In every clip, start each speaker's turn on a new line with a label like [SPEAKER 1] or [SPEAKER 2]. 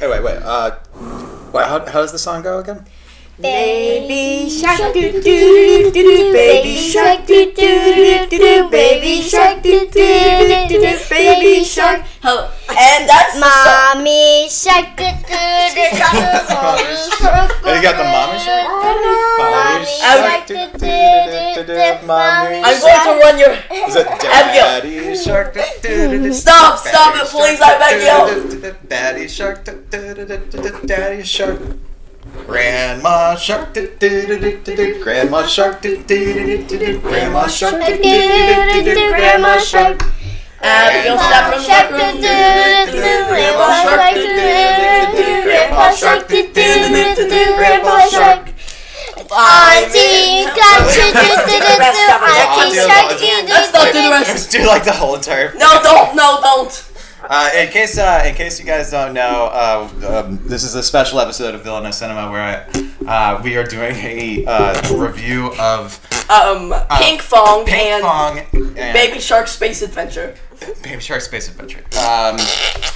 [SPEAKER 1] Anyway, wait. Uh, wait. How, how does the song go again?
[SPEAKER 2] Baby shark doo doo doo doo doo baby shark doo doo doo doo doo baby shark doo doo doo doo doo baby shark ho and that's the song.
[SPEAKER 3] Mommy shark doo doo doo
[SPEAKER 1] And you got the mommy shark. Mommy
[SPEAKER 3] shark,
[SPEAKER 1] shark,
[SPEAKER 3] do, do, do, do,
[SPEAKER 1] mommy
[SPEAKER 3] mommy
[SPEAKER 2] I'm
[SPEAKER 1] shark.
[SPEAKER 2] going to run your uh,
[SPEAKER 1] Is it daddy shark?
[SPEAKER 2] Stop, stop it, please, I beg
[SPEAKER 1] you. Daddy shark, daddy shark. Grandma shark, grandma shark, grandma shark,
[SPEAKER 3] Grandma shark,
[SPEAKER 2] Abigail step from the
[SPEAKER 3] shark,
[SPEAKER 2] back room.
[SPEAKER 3] grandma shark, grandma shark, grandma shark. Auntie, got you, auntie shark,
[SPEAKER 2] Let's not do the rest.
[SPEAKER 1] Do like the whole entire.
[SPEAKER 2] No, don't, no, don't.
[SPEAKER 1] Uh, in case uh, in case you guys don't know, uh, um, this is a special episode of Villanova Cinema where I, uh, we are doing a uh, review of
[SPEAKER 2] Um, Pink Fong
[SPEAKER 1] Ping
[SPEAKER 2] and
[SPEAKER 1] Pong and
[SPEAKER 2] Baby Shark Space Adventure.
[SPEAKER 1] Baby Shark Space Adventure. Um,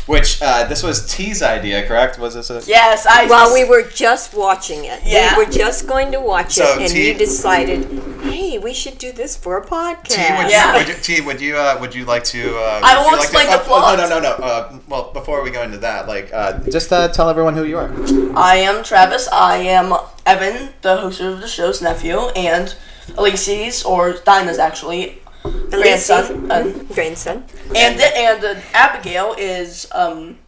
[SPEAKER 1] which uh, this was T's idea, correct? Was this a
[SPEAKER 2] Yes, I.
[SPEAKER 4] Well, we were just watching it.
[SPEAKER 2] Yeah.
[SPEAKER 4] We were just going to watch
[SPEAKER 1] So,
[SPEAKER 4] it, and
[SPEAKER 1] T-
[SPEAKER 4] you decided, hey, we should do this for a
[SPEAKER 1] T, would
[SPEAKER 4] podcast.
[SPEAKER 1] you,
[SPEAKER 2] Yeah.
[SPEAKER 1] would you, T, would you, uh, would you like to? Uh,
[SPEAKER 2] I
[SPEAKER 1] would
[SPEAKER 2] won't
[SPEAKER 1] you like
[SPEAKER 2] explain
[SPEAKER 1] to,
[SPEAKER 2] the
[SPEAKER 1] oh, oh,
[SPEAKER 2] plot.
[SPEAKER 1] no, no, no, no. Uh, well, before we go into that, like, uh, just uh, tell everyone who you are.
[SPEAKER 2] I am Travis. I am Evan, the host of the show's nephew, and Elise's or Dinah's actually
[SPEAKER 4] Elise.
[SPEAKER 2] grandson. Um,
[SPEAKER 4] Grandson.
[SPEAKER 2] and the, and uh, Abigail is um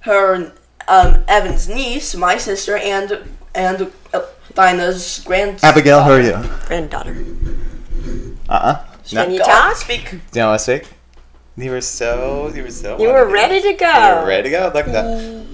[SPEAKER 2] her um Evan's niece, my sister, and and uh, Dinah's grandson.
[SPEAKER 1] Abigail, how are you?
[SPEAKER 4] Granddaughter.
[SPEAKER 1] Uh uh
[SPEAKER 4] Can you
[SPEAKER 2] God,
[SPEAKER 4] talk?
[SPEAKER 2] Speak.
[SPEAKER 1] Do you want to speak? You were so, you were so.
[SPEAKER 4] You were ready to
[SPEAKER 1] You were
[SPEAKER 4] go.
[SPEAKER 1] ready to go. Look at that.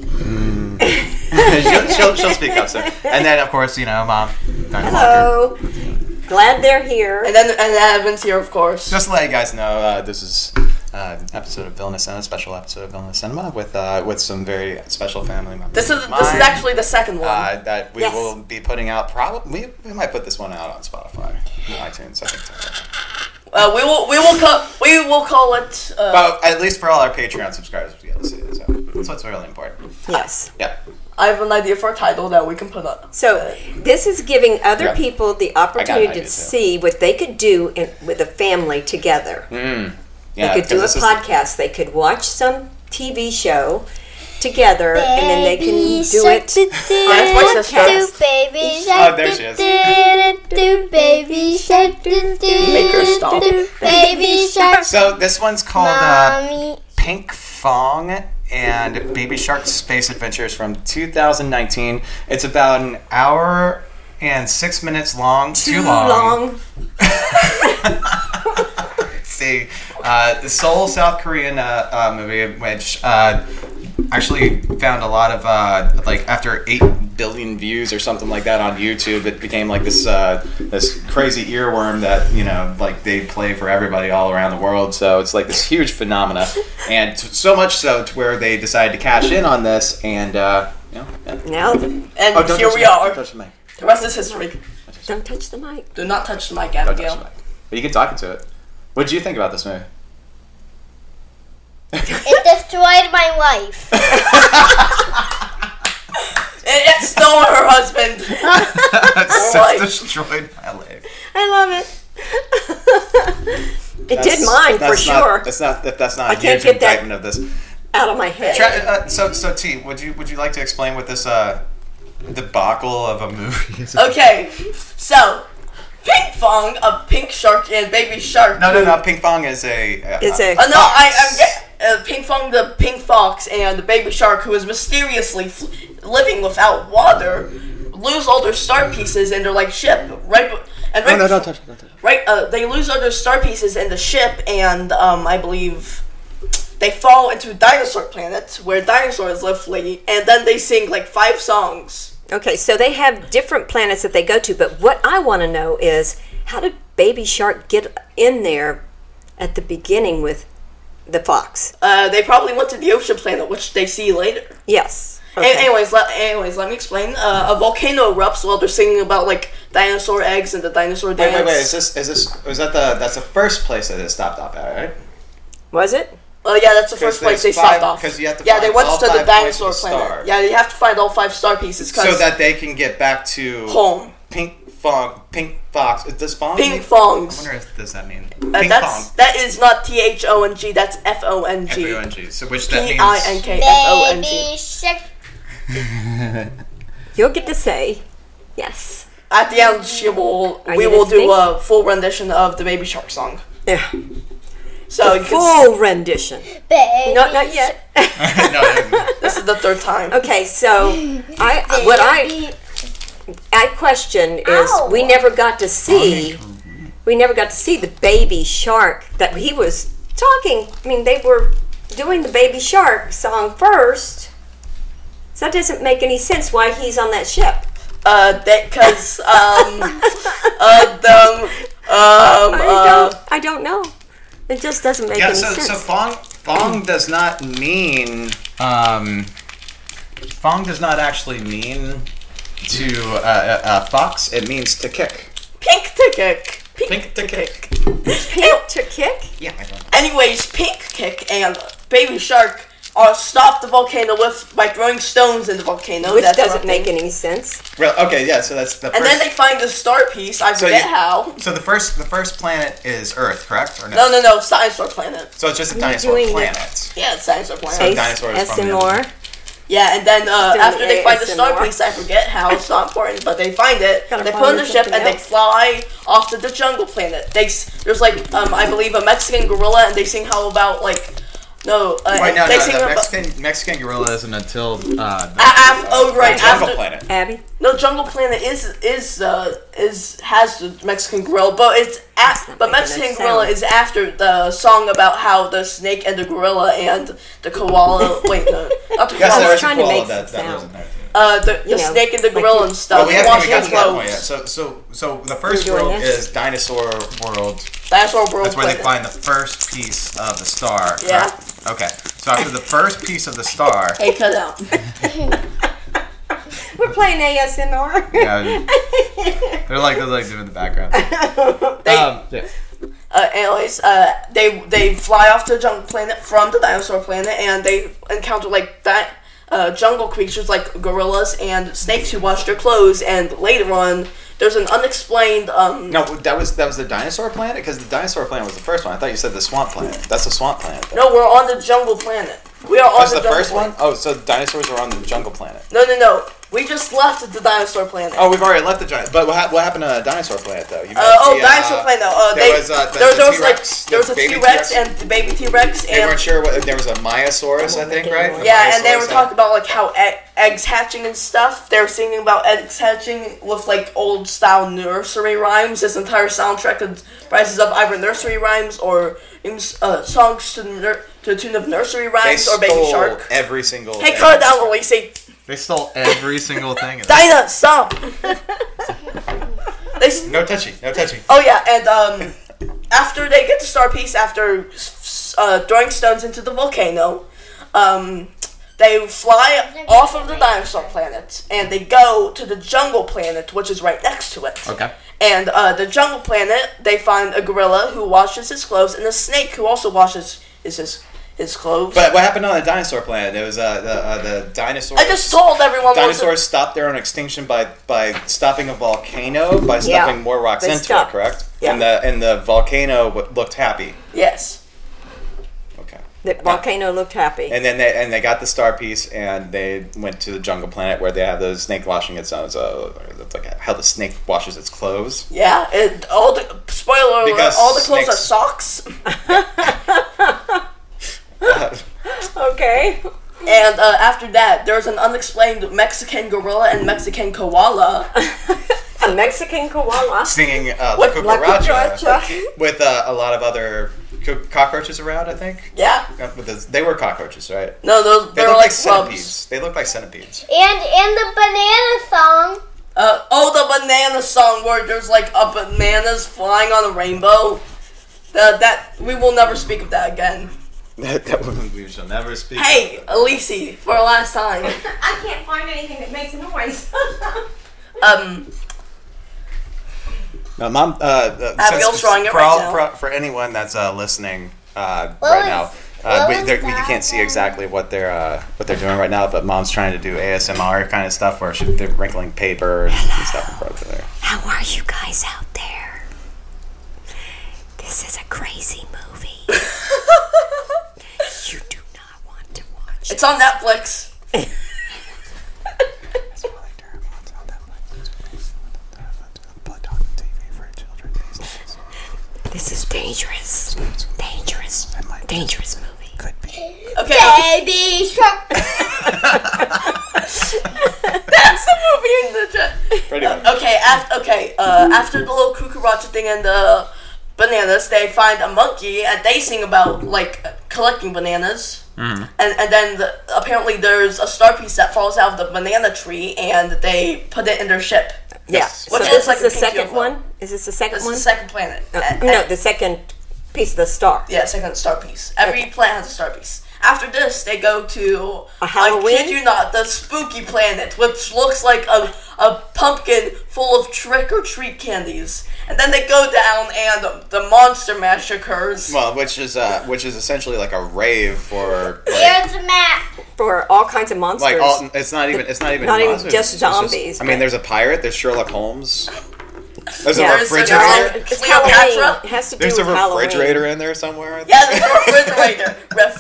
[SPEAKER 1] she'll, she'll, she'll speak up soon. And then, of course, you know, mom. Hello.
[SPEAKER 4] Hello. Glad they're here.
[SPEAKER 2] And then and then Evan's here, of course.
[SPEAKER 1] Just to let you guys know, uh, this is uh, an episode of Villainous Cinema, special episode of Villainous Cinema with uh, with some very special family members.
[SPEAKER 2] This is
[SPEAKER 1] of
[SPEAKER 2] this is
[SPEAKER 1] mine,
[SPEAKER 2] actually the second one.
[SPEAKER 1] uh, that we
[SPEAKER 4] Yes.
[SPEAKER 1] will be putting out. Probably we, we might put this one out on Spotify, iTunes. I think. So.
[SPEAKER 2] Uh, we will we will call we will call it. Uh,
[SPEAKER 1] But at least for all our Patreon subscribers, we'll be able to see it. So that's what's really important.
[SPEAKER 4] Yes.
[SPEAKER 1] Yeah.
[SPEAKER 2] I have an idea for a title that we can put up.
[SPEAKER 4] So this is giving other
[SPEAKER 1] Yeah.
[SPEAKER 4] people the
[SPEAKER 1] an
[SPEAKER 4] opportunity
[SPEAKER 1] idea,
[SPEAKER 4] to
[SPEAKER 1] too.
[SPEAKER 4] see what they could do in, with a family together.
[SPEAKER 1] Yeah.
[SPEAKER 4] they could do a
[SPEAKER 1] because this is-
[SPEAKER 4] podcast. They could watch some TV show together, and then they can do
[SPEAKER 3] shark,
[SPEAKER 4] it.
[SPEAKER 3] do, do,
[SPEAKER 2] That's my sister.
[SPEAKER 3] do, baby shark,
[SPEAKER 1] there she is.
[SPEAKER 3] do, do, do, baby shark, do, do,
[SPEAKER 2] Make her stop.
[SPEAKER 3] do, baby shark,
[SPEAKER 1] So this one's called. Uh,
[SPEAKER 3] mommy.
[SPEAKER 1] Pink Fong and Baby Shark Space Adventures from 2019. It's about an hour and six minutes long. Too, long. See, uh, the Seoul, South Korean uh, uh, movie, which uh, actually found a lot of uh, like after eight billion views or something like that on YouTube, it became like this uh, this crazy earworm that you know like they play for everybody all around the world. So it's like this huge phenomena, and t- so much so to where they decided to cash in on this and. Uh, you know, yeah.
[SPEAKER 4] Now,
[SPEAKER 2] And
[SPEAKER 1] Oh, don't
[SPEAKER 2] here
[SPEAKER 1] touch
[SPEAKER 2] we
[SPEAKER 1] the mic,
[SPEAKER 2] are.
[SPEAKER 1] Don't touch the mic.
[SPEAKER 2] The rest is history.
[SPEAKER 4] don't touch the mic.
[SPEAKER 2] Do not touch the mic,
[SPEAKER 1] Don't touch the
[SPEAKER 2] Abigail.
[SPEAKER 1] mic. But you can talk into it. What did you think about this movie?
[SPEAKER 3] It destroyed my life.
[SPEAKER 2] It, it stole her husband.
[SPEAKER 1] That's
[SPEAKER 2] life.
[SPEAKER 1] destroyed my life.
[SPEAKER 4] I love it. it did mine for
[SPEAKER 1] that's not-
[SPEAKER 4] sure.
[SPEAKER 1] That's not that, that's not a
[SPEAKER 4] I can't
[SPEAKER 1] huge
[SPEAKER 4] get that-
[SPEAKER 1] indictment of this.
[SPEAKER 4] Out of my head.
[SPEAKER 1] Tra- uh, so so T, would you would you like to explain what this uh, debacle of a movie is?
[SPEAKER 2] Okay, so Pink Fong, a pink shark and baby shark.
[SPEAKER 1] No no no. Ping Pong is a. Uh,
[SPEAKER 4] It's a
[SPEAKER 2] Uh, no, I, I'm get, uh, Pink Fong, the pink fox, and the baby shark, who is mysteriously fl- living without water, lose all their star pieces and their like ship right. b- And right, bef-
[SPEAKER 1] touch it. Don't touch it.
[SPEAKER 2] right, uh, they lose all their star pieces in the ship, and um, I believe they fall into dinosaur planet where dinosaurs live, flee, and then they sing like five songs.
[SPEAKER 4] okay. So they have different planets that they go to, but what I want to know is how did Baby Shark get in there at the beginning with the fox?
[SPEAKER 2] Uh, they probably went to the ocean planet, which they see later.
[SPEAKER 4] Yes.
[SPEAKER 2] A-
[SPEAKER 4] Okay.
[SPEAKER 2] anyways, let, anyways, let me explain. Uh, a volcano erupts while they're singing about like dinosaur eggs and the dinosaur
[SPEAKER 1] Wait
[SPEAKER 2] dance.
[SPEAKER 1] wait wait. Is this is this was that the that's the first place that it stopped off at right?
[SPEAKER 4] Was it?
[SPEAKER 2] Oh yeah, that's the first place they
[SPEAKER 1] there's
[SPEAKER 2] stopped
[SPEAKER 1] five-
[SPEAKER 2] off.
[SPEAKER 1] 'cause you have to
[SPEAKER 2] yeah, they
[SPEAKER 1] find
[SPEAKER 2] went
[SPEAKER 1] all
[SPEAKER 2] to the
[SPEAKER 1] five
[SPEAKER 2] dinosaur
[SPEAKER 1] points of
[SPEAKER 2] planet.
[SPEAKER 1] star.
[SPEAKER 2] Yeah, you have to find all five star pieces because
[SPEAKER 1] so that they can get back to
[SPEAKER 2] home
[SPEAKER 1] Pink Fong. Pink Fox. Does Fong?
[SPEAKER 2] ping
[SPEAKER 1] mean-
[SPEAKER 2] fongs.
[SPEAKER 1] I wonder if does that mean
[SPEAKER 2] Uh,
[SPEAKER 1] Pink
[SPEAKER 2] that's
[SPEAKER 1] Fong.
[SPEAKER 2] that is not T H O N G. That's F O N
[SPEAKER 1] F
[SPEAKER 2] G.
[SPEAKER 1] O N G. So which
[SPEAKER 2] P
[SPEAKER 1] that means.
[SPEAKER 2] I N K F O N G.
[SPEAKER 3] Baby shark.
[SPEAKER 4] You'll get to say yes.
[SPEAKER 2] At the end, she will.
[SPEAKER 4] Are
[SPEAKER 2] we
[SPEAKER 4] you
[SPEAKER 2] will do
[SPEAKER 4] listening?
[SPEAKER 2] a full rendition of the Baby Shark song.
[SPEAKER 4] Yeah.
[SPEAKER 2] So you can s-
[SPEAKER 4] Full rendition.
[SPEAKER 3] Baby
[SPEAKER 4] No, not yet.
[SPEAKER 1] no, it isn't.
[SPEAKER 2] this is the third time.
[SPEAKER 4] Okay, so I what I I question is
[SPEAKER 3] Ow.
[SPEAKER 4] we never got to see
[SPEAKER 1] Oh,
[SPEAKER 4] we never got to see the baby shark that he was talking. I mean, they were doing the baby shark song first. So that doesn't make any sense why he's on that ship.
[SPEAKER 2] Uh, that because um, uh, the um,
[SPEAKER 4] I
[SPEAKER 2] uh,
[SPEAKER 4] don't I don't know. It just doesn't make
[SPEAKER 1] Yeah,
[SPEAKER 4] any
[SPEAKER 1] so,
[SPEAKER 4] sense.
[SPEAKER 1] so Fong Fong does not mean um, Fong does not actually mean to uh, uh, uh, fox. It means to kick.
[SPEAKER 2] pink ticket. Pink.
[SPEAKER 1] Pink to kick.
[SPEAKER 4] Pink to kick?
[SPEAKER 1] Yeah, I don't know.
[SPEAKER 2] Anyways, Pink Kick and Baby Shark are stop the volcano with by throwing stones in the volcano.
[SPEAKER 4] Which
[SPEAKER 2] That's
[SPEAKER 4] doesn't
[SPEAKER 2] one
[SPEAKER 4] make
[SPEAKER 2] thing.
[SPEAKER 4] any sense.
[SPEAKER 1] Well, okay, yeah. So that's the
[SPEAKER 2] And
[SPEAKER 1] first.
[SPEAKER 2] then they find the star piece. I
[SPEAKER 1] So
[SPEAKER 2] forget
[SPEAKER 1] you-
[SPEAKER 2] how.
[SPEAKER 1] so the first the first planet is Earth, correct or no?
[SPEAKER 2] No, no, no. Dinosaur planet.
[SPEAKER 1] So it's just a dinosaur
[SPEAKER 4] doing it.
[SPEAKER 1] planet.
[SPEAKER 2] Yeah, it's dinosaur planet.
[SPEAKER 1] So-
[SPEAKER 4] Ace,
[SPEAKER 1] dinosaur is from
[SPEAKER 4] SMR.
[SPEAKER 2] Yeah, and then uh,
[SPEAKER 4] Doing
[SPEAKER 2] after they
[SPEAKER 4] it
[SPEAKER 2] find the
[SPEAKER 4] ASMR.
[SPEAKER 2] star piece, I forget how. It's not important, but they find it.
[SPEAKER 4] Gotta
[SPEAKER 2] They put
[SPEAKER 4] follow
[SPEAKER 2] on the ship
[SPEAKER 4] something
[SPEAKER 2] and they
[SPEAKER 4] else.
[SPEAKER 2] fly off to the jungle planet. They s- there's like um, I believe a Mexican gorilla, and they sing how about like no. Uh,
[SPEAKER 1] Right now,
[SPEAKER 2] they
[SPEAKER 1] no,
[SPEAKER 2] sing
[SPEAKER 1] no,
[SPEAKER 2] about.
[SPEAKER 1] Mexican Mexican gorilla isn't until uh, the,
[SPEAKER 2] A- af- oh, right,
[SPEAKER 1] the jungle
[SPEAKER 2] after-
[SPEAKER 1] planet.
[SPEAKER 4] Abby.
[SPEAKER 2] No, Jungle Planet is is uh is has the Mexican Grill, but it's
[SPEAKER 4] not
[SPEAKER 2] at, but
[SPEAKER 4] making no
[SPEAKER 2] Mexican
[SPEAKER 4] sound.
[SPEAKER 2] Gorilla is after the song about how the snake and the gorilla and the koala. wait, no, not the
[SPEAKER 1] Yes,
[SPEAKER 4] I
[SPEAKER 1] there
[SPEAKER 4] was
[SPEAKER 1] is a
[SPEAKER 4] trying to
[SPEAKER 1] koala
[SPEAKER 4] make
[SPEAKER 1] that,
[SPEAKER 4] some
[SPEAKER 1] that
[SPEAKER 4] sound.
[SPEAKER 1] wasn't there. Too.
[SPEAKER 2] Uh, the, the
[SPEAKER 4] You know,
[SPEAKER 2] snake and the
[SPEAKER 4] like
[SPEAKER 2] gorilla
[SPEAKER 4] you-
[SPEAKER 2] and stuff.
[SPEAKER 1] But we haven't
[SPEAKER 2] Wash
[SPEAKER 1] even gotten
[SPEAKER 2] your
[SPEAKER 1] to that point
[SPEAKER 2] clothes.
[SPEAKER 1] yet. So, so, so the first
[SPEAKER 4] You're doing
[SPEAKER 1] world
[SPEAKER 4] this?
[SPEAKER 1] is dinosaur world.
[SPEAKER 2] That's our world.
[SPEAKER 1] That's where they
[SPEAKER 2] planet.
[SPEAKER 1] find the first piece of the star.
[SPEAKER 2] Yeah.
[SPEAKER 1] correct? Okay. So after the first piece of the star,
[SPEAKER 2] Hey, cut out.
[SPEAKER 4] We're playing ASMR.
[SPEAKER 1] yeah, they're like they're like doing the background.
[SPEAKER 2] They-
[SPEAKER 1] um, yeah.
[SPEAKER 2] uh, anyways, uh, they they fly off to the jungle planet from the dinosaur planet, and they encounter like that uh, jungle creatures like gorillas and snakes who wash their clothes. And later on, there's an unexplained um.
[SPEAKER 1] No, that was that was the dinosaur planet because the dinosaur planet was the first one. I thought you said the swamp planet. That's the swamp planet. though.
[SPEAKER 2] No, we're on the jungle planet. We are on
[SPEAKER 1] That's
[SPEAKER 2] the,
[SPEAKER 1] the
[SPEAKER 2] jungle
[SPEAKER 1] first one.
[SPEAKER 2] planet.
[SPEAKER 1] Oh, so the dinosaurs are on the jungle planet.
[SPEAKER 2] No, no, no. We just left the dinosaur planet.
[SPEAKER 1] Oh, we've already left the giant. But what, hap- what happened to the dinosaur planet though? You
[SPEAKER 2] Uh, oh,
[SPEAKER 1] the,
[SPEAKER 2] dinosaur planet. Uh,
[SPEAKER 1] there
[SPEAKER 2] they,
[SPEAKER 1] was, uh, the-
[SPEAKER 2] there,
[SPEAKER 1] the
[SPEAKER 2] there was like
[SPEAKER 1] T-Rex,
[SPEAKER 2] there
[SPEAKER 1] the
[SPEAKER 2] was a
[SPEAKER 1] baby
[SPEAKER 2] T Rex
[SPEAKER 1] T-Rex.
[SPEAKER 2] and the baby T Rex
[SPEAKER 1] They weren't
[SPEAKER 2] and
[SPEAKER 1] sure what there was a Myosaurus, I think, right? A
[SPEAKER 2] Yeah, and they were
[SPEAKER 1] Myosaurus,
[SPEAKER 2] talking about like how e- eggs hatching and stuff. They were singing about eggs hatching with like old style nursery rhymes. This entire soundtrack comprises of either nursery rhymes or uh, songs to nur- to the tune of nursery
[SPEAKER 1] They
[SPEAKER 2] rhymes or Baby
[SPEAKER 1] stole
[SPEAKER 2] Shark.
[SPEAKER 1] Every single.
[SPEAKER 2] Hey,
[SPEAKER 1] thing.
[SPEAKER 2] cut it down, Lacey.
[SPEAKER 1] They stole every single thing. in this.
[SPEAKER 2] Dinah, stop. they s-
[SPEAKER 1] No touchy. No touchy.
[SPEAKER 2] Oh yeah, and um, after they get the star piece, after s- s- uh, throwing stones into the volcano, um, they fly off of the dinosaur planet and they go to the jungle planet, which is right next to it.
[SPEAKER 1] Okay.
[SPEAKER 2] And uh, the jungle planet, they find a gorilla who washes his clothes and a snake who also washes his his, his clothes.
[SPEAKER 1] But what happened on the dinosaur planet? It was uh, the uh, the dinosaurs.
[SPEAKER 2] I just told everyone. what was-
[SPEAKER 1] Dinosaurs stopped their own extinction by by stopping a volcano by
[SPEAKER 4] Yeah.
[SPEAKER 1] stuffing more rocks
[SPEAKER 4] They
[SPEAKER 1] into
[SPEAKER 4] stopped.
[SPEAKER 1] it, correct?
[SPEAKER 2] Yeah.
[SPEAKER 1] And the and the volcano w- looked happy.
[SPEAKER 2] Yes.
[SPEAKER 1] Okay.
[SPEAKER 4] The volcano looked happy.
[SPEAKER 1] And then they and they got the star piece and they went to the jungle planet where they have the snake washing its own. So it's like how the snake washes its clothes.
[SPEAKER 2] Yeah. It, all the spoiler alert.
[SPEAKER 1] Because
[SPEAKER 2] All the clothes
[SPEAKER 1] snakes-
[SPEAKER 2] are socks.
[SPEAKER 4] Okay.
[SPEAKER 2] And uh, after that, there's an unexplained Mexican gorilla and Mexican koala.
[SPEAKER 4] A Mexican koala.
[SPEAKER 1] Singing uh, La
[SPEAKER 2] What?
[SPEAKER 4] La
[SPEAKER 1] Cucaracha
[SPEAKER 4] cucaracha.
[SPEAKER 1] with uh, a lot of other co- cockroaches around. I think.
[SPEAKER 2] Yeah.
[SPEAKER 1] Uh, with those- they were cockroaches, right?
[SPEAKER 2] No, those
[SPEAKER 1] They
[SPEAKER 2] they're
[SPEAKER 1] look
[SPEAKER 2] like
[SPEAKER 1] like
[SPEAKER 2] grubs.
[SPEAKER 1] centipedes. They look like centipedes.
[SPEAKER 3] And in the banana song.
[SPEAKER 2] Uh, oh, the banana song where there's like a bananas flying on a rainbow. The, that we will never speak of that again.
[SPEAKER 1] that, that woman we shall never speak.
[SPEAKER 2] Hey, Elise, for the last time.
[SPEAKER 4] I can't find anything that makes a noise.
[SPEAKER 2] Um,
[SPEAKER 1] Now, mom, uh, uh,
[SPEAKER 2] Abigail's drawing it
[SPEAKER 1] for
[SPEAKER 2] right
[SPEAKER 1] all,
[SPEAKER 2] now.
[SPEAKER 1] For, for anyone that's uh, listening uh,
[SPEAKER 3] Well,
[SPEAKER 1] right now,
[SPEAKER 3] it's-
[SPEAKER 1] Uh,
[SPEAKER 3] What
[SPEAKER 1] we,
[SPEAKER 3] was
[SPEAKER 1] they're- we
[SPEAKER 3] that
[SPEAKER 1] can't see
[SPEAKER 3] one?
[SPEAKER 1] exactly what they're uh, what they're doing right now, but mom's trying to do ASMR kind of stuff where she, they're wrinkling paper and stuff in front of her.
[SPEAKER 4] How are you guys out there? This is a crazy movie. you do not want to watch.
[SPEAKER 2] It's on Netflix.
[SPEAKER 4] This is dangerous. Dangerous. Dangerous movie.
[SPEAKER 2] Okay.
[SPEAKER 3] Baby shark.
[SPEAKER 2] That's the movie in the chat.
[SPEAKER 1] Pretty much.
[SPEAKER 2] Okay, after okay, uh, after the little cucaracha thing and the bananas, they find a monkey and they sing about like collecting bananas. And and then the, apparently there's a star piece that falls out of the banana tree and they put it in their ship.
[SPEAKER 4] Yes.
[SPEAKER 2] Which
[SPEAKER 4] so
[SPEAKER 2] is
[SPEAKER 4] this
[SPEAKER 2] like
[SPEAKER 4] is
[SPEAKER 2] a
[SPEAKER 4] the
[SPEAKER 2] pink
[SPEAKER 4] second
[SPEAKER 2] UFO.
[SPEAKER 4] one? Is this the second
[SPEAKER 2] It's
[SPEAKER 4] one? Uh,
[SPEAKER 2] the second planet. And-
[SPEAKER 4] no, the second piece of the star.
[SPEAKER 2] Yeah, second star piece. Every planet has a star piece. After this, they go to
[SPEAKER 4] A
[SPEAKER 2] I
[SPEAKER 4] Halloween?
[SPEAKER 2] kid you not, the spooky planet, which looks like a, a pumpkin full of trick or treat candies. And then they go down, and the monster mash occurs.
[SPEAKER 1] Well, which is uh, which is essentially like a rave for like,
[SPEAKER 3] Here's the map.
[SPEAKER 4] For all kinds of monsters.
[SPEAKER 1] like all. It's not even. It's not even.
[SPEAKER 4] Not even
[SPEAKER 1] monsters,
[SPEAKER 4] just
[SPEAKER 1] it's
[SPEAKER 4] zombies,
[SPEAKER 1] I mean,
[SPEAKER 4] but-
[SPEAKER 1] there's a pirate. There's Sherlock Holmes. There's
[SPEAKER 4] Yeah.
[SPEAKER 1] a
[SPEAKER 2] there's
[SPEAKER 4] There's-
[SPEAKER 1] refrigerator.
[SPEAKER 2] like-
[SPEAKER 4] it's
[SPEAKER 2] Cleopatra?
[SPEAKER 4] Halloween. It has to do
[SPEAKER 1] There's a
[SPEAKER 4] with Halloween.
[SPEAKER 1] refrigerator in there somewhere. I think.
[SPEAKER 2] Yeah, there's a refrigerator.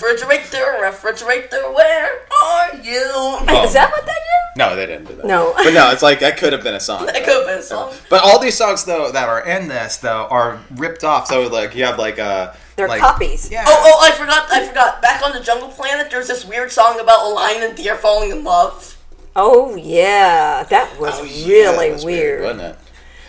[SPEAKER 2] refrigerator, refrigerator, where are you?
[SPEAKER 1] Oh.
[SPEAKER 4] Is that what that is?
[SPEAKER 1] No, they didn't do that.
[SPEAKER 4] No.
[SPEAKER 1] But no, it's like that could have been a song.
[SPEAKER 2] That could have been a song.
[SPEAKER 1] But all these songs though that are in this though are ripped off. So like you have like a
[SPEAKER 4] They're
[SPEAKER 1] like,
[SPEAKER 4] copies.
[SPEAKER 1] Yeah.
[SPEAKER 2] Oh, oh, I forgot, I forgot. Back on the jungle planet, there's this weird song about a lion and deer falling in love.
[SPEAKER 4] Oh yeah, that was
[SPEAKER 1] Oh, yeah,
[SPEAKER 4] really
[SPEAKER 1] that was
[SPEAKER 4] weird.
[SPEAKER 1] wasn't it?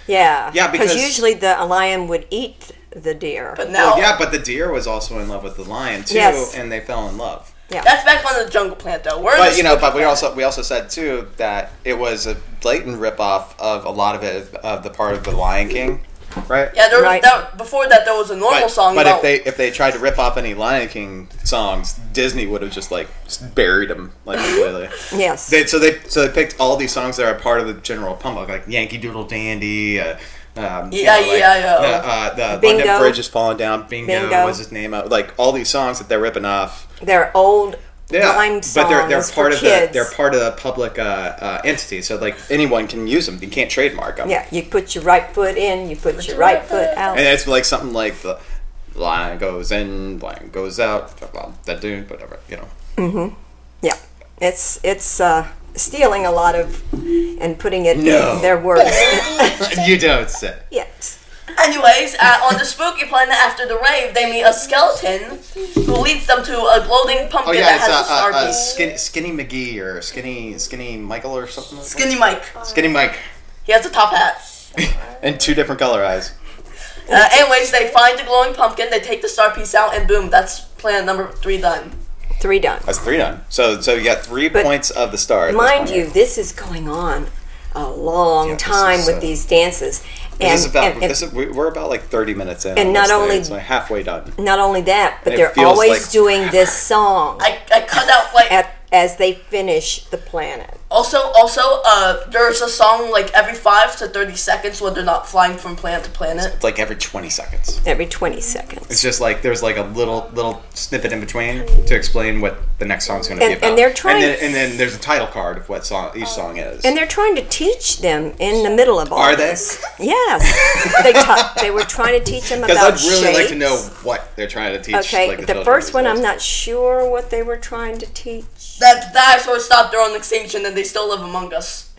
[SPEAKER 4] Yeah.
[SPEAKER 1] Yeah, because-
[SPEAKER 4] usually the lion would eat the deer.
[SPEAKER 2] But now.
[SPEAKER 1] Well, yeah, but the deer was also in love with the lion too,
[SPEAKER 4] Yes.
[SPEAKER 1] and they fell in love.
[SPEAKER 2] That's back on the jungle planet, though. We're in
[SPEAKER 1] But
[SPEAKER 2] the
[SPEAKER 1] you know,
[SPEAKER 2] spooky
[SPEAKER 1] but we
[SPEAKER 2] planet.
[SPEAKER 1] also we also said too that it was a blatant ripoff of a lot of it of the part of the Lion King, right?
[SPEAKER 2] Yeah, there was
[SPEAKER 4] Right.
[SPEAKER 2] that, before that there was a normal
[SPEAKER 1] But,
[SPEAKER 2] song
[SPEAKER 1] but
[SPEAKER 2] about
[SPEAKER 1] if they if they tried to rip off any Lion King songs, Disney would have just like just buried them like completely.
[SPEAKER 4] yes.
[SPEAKER 1] They, so they so they picked all these songs that are part of the general pump, like Yankee Doodle Dandy. Uh, um, you know, like,
[SPEAKER 2] E.I.E.I.O..
[SPEAKER 1] the, uh, the
[SPEAKER 4] Bingo.
[SPEAKER 1] London Bridge is falling down. Bingo,
[SPEAKER 4] Bingo.
[SPEAKER 1] was his name. Uh, Like all these songs that they're ripping off.
[SPEAKER 4] they're old
[SPEAKER 1] Yeah,
[SPEAKER 4] rhyme songs
[SPEAKER 1] but they're they're
[SPEAKER 4] for
[SPEAKER 1] part of the
[SPEAKER 4] kids.
[SPEAKER 1] they're part of the public uh, uh, entity. So like anyone can use them. You can't trademark them.
[SPEAKER 4] Yeah, you put your right foot in, you put, your right foot out.
[SPEAKER 1] and it's like something like the line goes in, line goes out. blah, blah, That dude, whatever you know.
[SPEAKER 4] yeah, it's it's uh, stealing a lot of and putting it
[SPEAKER 1] No.
[SPEAKER 4] in their words.
[SPEAKER 1] you don't say.
[SPEAKER 4] yes.
[SPEAKER 2] Anyways, uh, on the spooky planet after the rave, they meet a skeleton who leads them to a gloating pumpkin
[SPEAKER 1] Oh yeah,
[SPEAKER 2] that
[SPEAKER 1] it's
[SPEAKER 2] has a
[SPEAKER 1] uh,
[SPEAKER 2] star
[SPEAKER 1] uh, uh,
[SPEAKER 2] piece.
[SPEAKER 1] skinny, skinny McGee or skinny skinny Michael or something. Like
[SPEAKER 2] Skinny Mike.
[SPEAKER 1] That. Skinny Mike.
[SPEAKER 2] He has a top hat.
[SPEAKER 1] and two different color eyes.
[SPEAKER 2] Uh, anyways, they find the glowing pumpkin, they take the star piece out, and boom, that's planet number three done.
[SPEAKER 4] Three done.
[SPEAKER 1] That's three done. So so you got three
[SPEAKER 4] But
[SPEAKER 1] points of the star. at this
[SPEAKER 4] Mind
[SPEAKER 1] point.
[SPEAKER 4] you, this is going on a long
[SPEAKER 1] Yeah, this
[SPEAKER 4] time
[SPEAKER 1] is,
[SPEAKER 4] with
[SPEAKER 1] uh,
[SPEAKER 4] these dances. And,
[SPEAKER 1] This is about,
[SPEAKER 4] and- and
[SPEAKER 1] this is, we- we're about like 30 minutes in.
[SPEAKER 4] And
[SPEAKER 1] on
[SPEAKER 4] not
[SPEAKER 1] this thing.
[SPEAKER 4] only-
[SPEAKER 1] It's like halfway done.
[SPEAKER 4] not only that, but
[SPEAKER 1] And it
[SPEAKER 4] they're
[SPEAKER 1] feels
[SPEAKER 4] always
[SPEAKER 1] like
[SPEAKER 4] doing this song
[SPEAKER 2] I, I cut out like
[SPEAKER 4] at, as they finish the planet.
[SPEAKER 2] also also uh there's a song like every five to thirty seconds when they're not flying from planet to planet.
[SPEAKER 1] It's like every 20 seconds.
[SPEAKER 4] Every 20 seconds.
[SPEAKER 1] It's just like there's like a little little snippet in between to explain what the next song's going to be
[SPEAKER 4] And-
[SPEAKER 1] about.
[SPEAKER 4] and they're trying-
[SPEAKER 1] And then, and then there's a title card of what song each song is.
[SPEAKER 4] And they're trying to teach them in the middle of all
[SPEAKER 1] Are they?
[SPEAKER 4] this. Yes. they, ta- they were trying to teach them about
[SPEAKER 1] Because I'd really like to
[SPEAKER 4] shapes.
[SPEAKER 1] know what they're trying to teach.
[SPEAKER 4] Okay,
[SPEAKER 1] like,
[SPEAKER 4] the
[SPEAKER 1] children
[SPEAKER 4] first one,
[SPEAKER 1] these
[SPEAKER 4] I'm
[SPEAKER 1] days.
[SPEAKER 4] not sure what they were trying to teach.
[SPEAKER 2] That dinosaurs stopped their own extinction and they still live among us.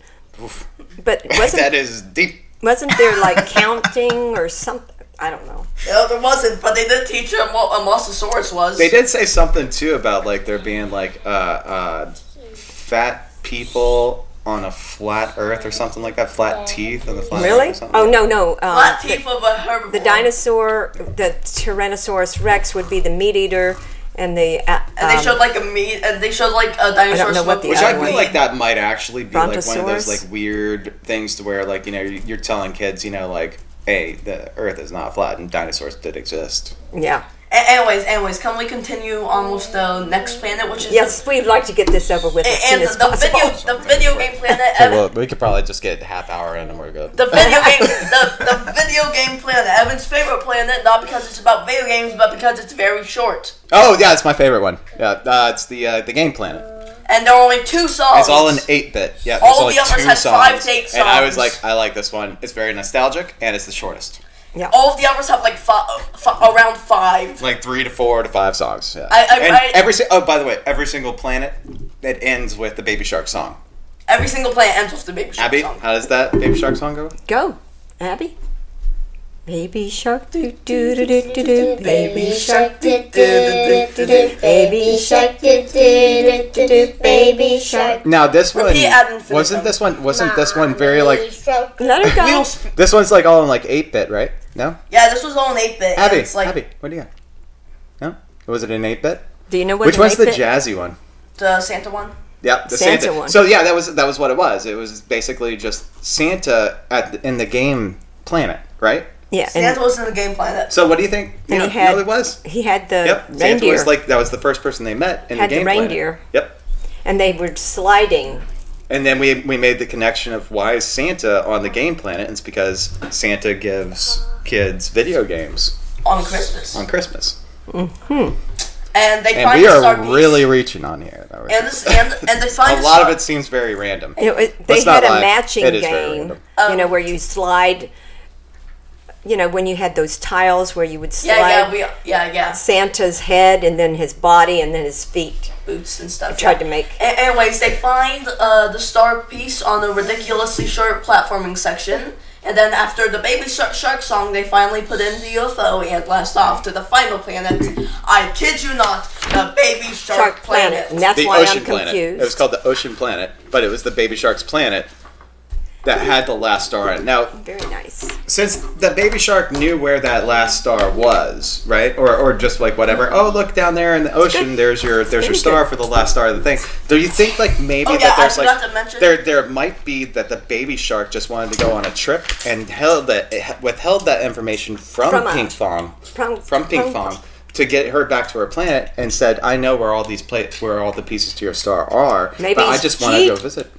[SPEAKER 4] But
[SPEAKER 1] that
[SPEAKER 4] wasn't,
[SPEAKER 1] is deep.
[SPEAKER 4] wasn't there like counting or something? I don't know.
[SPEAKER 2] No, there wasn't, but they did teach him what a Mosasaurus was.
[SPEAKER 1] They did say something too about like there being like uh, uh, fat people on a flat Earth or something like that. Flat teeth on the flat.
[SPEAKER 4] Really?
[SPEAKER 1] Earth or something.
[SPEAKER 4] Oh, no, no. Uh,
[SPEAKER 2] Flat teeth of a herbivore.
[SPEAKER 4] the dinosaur, the Tyrannosaurus Rex would be the meat eater, and the. Uh,
[SPEAKER 2] And they
[SPEAKER 4] um,
[SPEAKER 2] showed like a meat, and they showed like a dinosaur.
[SPEAKER 4] know
[SPEAKER 2] swimming.
[SPEAKER 4] what the
[SPEAKER 1] Which I
[SPEAKER 4] other
[SPEAKER 1] feel
[SPEAKER 4] way.
[SPEAKER 1] like that might actually be like one of those
[SPEAKER 4] Brontosaurus?
[SPEAKER 1] like weird things to where like you know you- you're telling kids you know like hey the Earth is not flat and dinosaurs did exist.
[SPEAKER 4] yeah.
[SPEAKER 2] A- anyways, anyways, can we continue on with the next planet, which is
[SPEAKER 4] Yes, we'd like to get this over with as soon
[SPEAKER 2] and the,
[SPEAKER 4] as
[SPEAKER 2] the video
[SPEAKER 4] possible.
[SPEAKER 2] the video game planet.
[SPEAKER 1] So
[SPEAKER 2] Evan,
[SPEAKER 1] we'll, we could probably just get a half hour in and we're good.
[SPEAKER 2] the video game the, the video game planet. Evan's favorite planet, not because it's about video games, but because it's very short.
[SPEAKER 1] Oh yeah, it's my favorite one. Yeah, uh, it's the uh, the game planet.
[SPEAKER 2] And there are only two songs.
[SPEAKER 1] It's all in eight bit. Yeah,
[SPEAKER 2] All
[SPEAKER 1] there's only
[SPEAKER 2] the others
[SPEAKER 1] two
[SPEAKER 2] had five
[SPEAKER 1] songs.
[SPEAKER 2] to eight
[SPEAKER 1] And I was
[SPEAKER 2] songs.
[SPEAKER 1] like, I like this one. It's very nostalgic and it's the shortest.
[SPEAKER 2] All of the others have like fi- fi- around five.
[SPEAKER 1] Like three to four to five songs. Yeah.
[SPEAKER 2] I- I-
[SPEAKER 1] and
[SPEAKER 2] I-
[SPEAKER 1] every si- oh by the way, every single planet it ends with the Baby Shark song.
[SPEAKER 2] Every single planet ends with the baby shark
[SPEAKER 1] Abby,
[SPEAKER 2] song.
[SPEAKER 1] how does that Baby Shark song go?
[SPEAKER 4] Go, Abby. Baby shark, do do do do do do. Baby shark, do do do do do. Baby shark, do do do do.
[SPEAKER 3] Baby shark.
[SPEAKER 1] Now this one
[SPEAKER 2] Repeat ad infinitum.
[SPEAKER 1] wasn't this one wasn't this one very like
[SPEAKER 4] Let her
[SPEAKER 2] We'll
[SPEAKER 4] go.
[SPEAKER 2] sp-
[SPEAKER 1] this one's like all in like eight bit, right? No,
[SPEAKER 2] yeah, this was all in eight bit.
[SPEAKER 1] Abby,
[SPEAKER 2] it's like
[SPEAKER 1] Abby, what do you got? No, was it an eight bit?
[SPEAKER 4] Do you know what?
[SPEAKER 1] Which
[SPEAKER 4] an
[SPEAKER 1] one's the
[SPEAKER 4] ape is?
[SPEAKER 1] jazzy one?
[SPEAKER 2] the Santa one.
[SPEAKER 1] Yep, the
[SPEAKER 4] Santa
[SPEAKER 1] Santa,
[SPEAKER 4] one.
[SPEAKER 1] So yeah, that was that was what it was. It was basically just Santa at the, in the game planet, right?
[SPEAKER 4] Yeah,
[SPEAKER 2] Santa
[SPEAKER 4] and
[SPEAKER 2] was in the game planet.
[SPEAKER 1] So what do you think? You
[SPEAKER 4] And
[SPEAKER 1] know,
[SPEAKER 4] he had-
[SPEAKER 1] you know it was.
[SPEAKER 4] he had the
[SPEAKER 1] Yep, Santa
[SPEAKER 4] reindeer,
[SPEAKER 1] was like that was the first person they met in
[SPEAKER 4] Had the
[SPEAKER 1] the game planet.
[SPEAKER 4] reindeer.
[SPEAKER 1] Yep.
[SPEAKER 4] and they were sliding.
[SPEAKER 1] And then we, we made the connection of why is Santa on the game planet? It's because Santa gives kids video games
[SPEAKER 2] on Christmas.
[SPEAKER 1] on Christmas.
[SPEAKER 2] And they
[SPEAKER 1] And
[SPEAKER 2] find
[SPEAKER 1] we
[SPEAKER 2] the star
[SPEAKER 1] are
[SPEAKER 2] piece.
[SPEAKER 1] really reaching on here. That was-
[SPEAKER 2] and this and, and they find
[SPEAKER 1] a
[SPEAKER 2] the
[SPEAKER 1] lot
[SPEAKER 2] star-
[SPEAKER 1] of it seems very random.
[SPEAKER 4] You know, it- Oh. they
[SPEAKER 1] Let's
[SPEAKER 4] had
[SPEAKER 1] not
[SPEAKER 4] a
[SPEAKER 1] lie.
[SPEAKER 4] matching
[SPEAKER 1] It is very
[SPEAKER 4] game.
[SPEAKER 1] random.
[SPEAKER 4] You know where you slide. You know when you had those tiles where you would slide
[SPEAKER 2] Yeah, yeah, we yeah, yeah,
[SPEAKER 4] Santa's head and then his body and then his feet.
[SPEAKER 2] boots and stuff.
[SPEAKER 4] Tried to make
[SPEAKER 2] A- anyways, they find uh, the star piece on a ridiculously short platforming section, and then after the baby shark, shark song, they finally put in the UFO and blast off to the final planet. I kid you not, the baby shark,
[SPEAKER 4] Shark Planet,
[SPEAKER 2] planet.
[SPEAKER 4] and that's
[SPEAKER 1] the
[SPEAKER 4] why
[SPEAKER 1] ocean
[SPEAKER 4] I'm
[SPEAKER 1] planet. It
[SPEAKER 4] confused.
[SPEAKER 1] was called the ocean planet, but it was the baby shark's planet that had the last star on it. Now,
[SPEAKER 4] Very nice.
[SPEAKER 1] since the baby shark knew where that last star was, right, or, or just like whatever.
[SPEAKER 4] Mm-hmm.
[SPEAKER 1] Oh, look down there in the ocean. There's your there's your
[SPEAKER 4] Very
[SPEAKER 1] star
[SPEAKER 4] good.
[SPEAKER 1] for the last star of the thing. Do you think like maybe
[SPEAKER 2] Oh, yeah,
[SPEAKER 1] that
[SPEAKER 2] I
[SPEAKER 1] there's
[SPEAKER 2] forgot
[SPEAKER 1] like
[SPEAKER 2] to mention-
[SPEAKER 1] there there might be that the baby shark just wanted to go on a trip and held that it withheld that information from,
[SPEAKER 4] From us.
[SPEAKER 1] Pink Thong
[SPEAKER 4] From,
[SPEAKER 1] from Pink Fong to get her back to her planet and said, "I know where all these pla- where all the pieces to your star are,
[SPEAKER 4] Maybe
[SPEAKER 1] but I
[SPEAKER 4] it's
[SPEAKER 1] just want to go
[SPEAKER 4] cheat.
[SPEAKER 1] visit."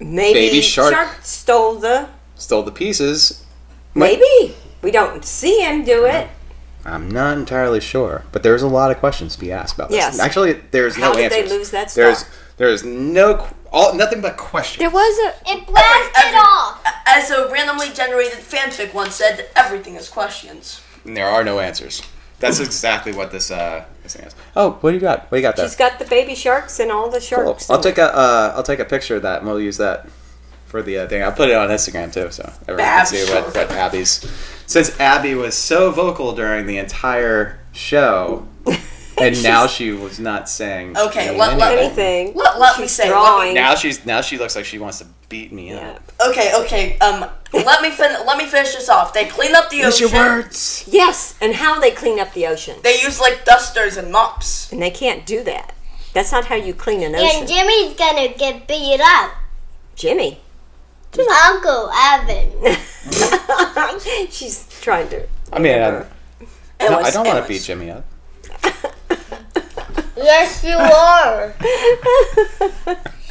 [SPEAKER 4] Maybe
[SPEAKER 1] Baby shark.
[SPEAKER 4] stole the.
[SPEAKER 1] Stole the pieces.
[SPEAKER 4] Maybe we don't see him do it.
[SPEAKER 1] I'm not entirely sure, but there's a lot of questions to be asked about this.
[SPEAKER 4] Yes.
[SPEAKER 1] Actually, there's
[SPEAKER 4] How
[SPEAKER 1] no
[SPEAKER 4] did they
[SPEAKER 1] answers.
[SPEAKER 4] lose that
[SPEAKER 1] There's
[SPEAKER 4] star?
[SPEAKER 1] there's no qu- all nothing but questions.
[SPEAKER 4] There was a.
[SPEAKER 3] It blasted off.
[SPEAKER 2] As a randomly generated fanfic once said, everything is questions.
[SPEAKER 1] And there are no answers. That's exactly what this uh this thing is. Oh, what do you got? What do you got there?
[SPEAKER 4] She's got the baby sharks and all the
[SPEAKER 1] Cool.
[SPEAKER 4] sharks.
[SPEAKER 1] I'll take a uh, I'll take a picture of that and we'll use that for the uh, thing. I'll put it on Instagram too, so everyone can
[SPEAKER 2] Bab
[SPEAKER 1] see
[SPEAKER 2] shark.
[SPEAKER 1] what, what Abby's. Since Abby was so vocal during the entire show, and now she was not saying
[SPEAKER 2] Okay,
[SPEAKER 1] any-
[SPEAKER 2] let- let-
[SPEAKER 1] anything.
[SPEAKER 4] anything.
[SPEAKER 2] Let- let me
[SPEAKER 4] She's
[SPEAKER 2] say, let me-
[SPEAKER 4] drawing.
[SPEAKER 1] Now she's now she looks like she wants to beat me
[SPEAKER 4] Yeah.
[SPEAKER 1] up.
[SPEAKER 2] Okay, okay. Um, let me fin- let me finish this off. They clean up the
[SPEAKER 1] Use
[SPEAKER 2] ocean.
[SPEAKER 1] your words.
[SPEAKER 4] Yes, and how they clean up the ocean,
[SPEAKER 2] They use like dusters and mops.
[SPEAKER 4] and they can't do that. That's not how you clean an ocean,
[SPEAKER 3] And Jimmy's gonna get beat up.
[SPEAKER 4] Jimmy.
[SPEAKER 3] Uncle Evan.
[SPEAKER 4] She's trying to.
[SPEAKER 1] I mean, I, no, I
[SPEAKER 2] Anyways,
[SPEAKER 1] don't want to
[SPEAKER 2] anyways.
[SPEAKER 1] beat Jimmy up.
[SPEAKER 3] Yes, you are.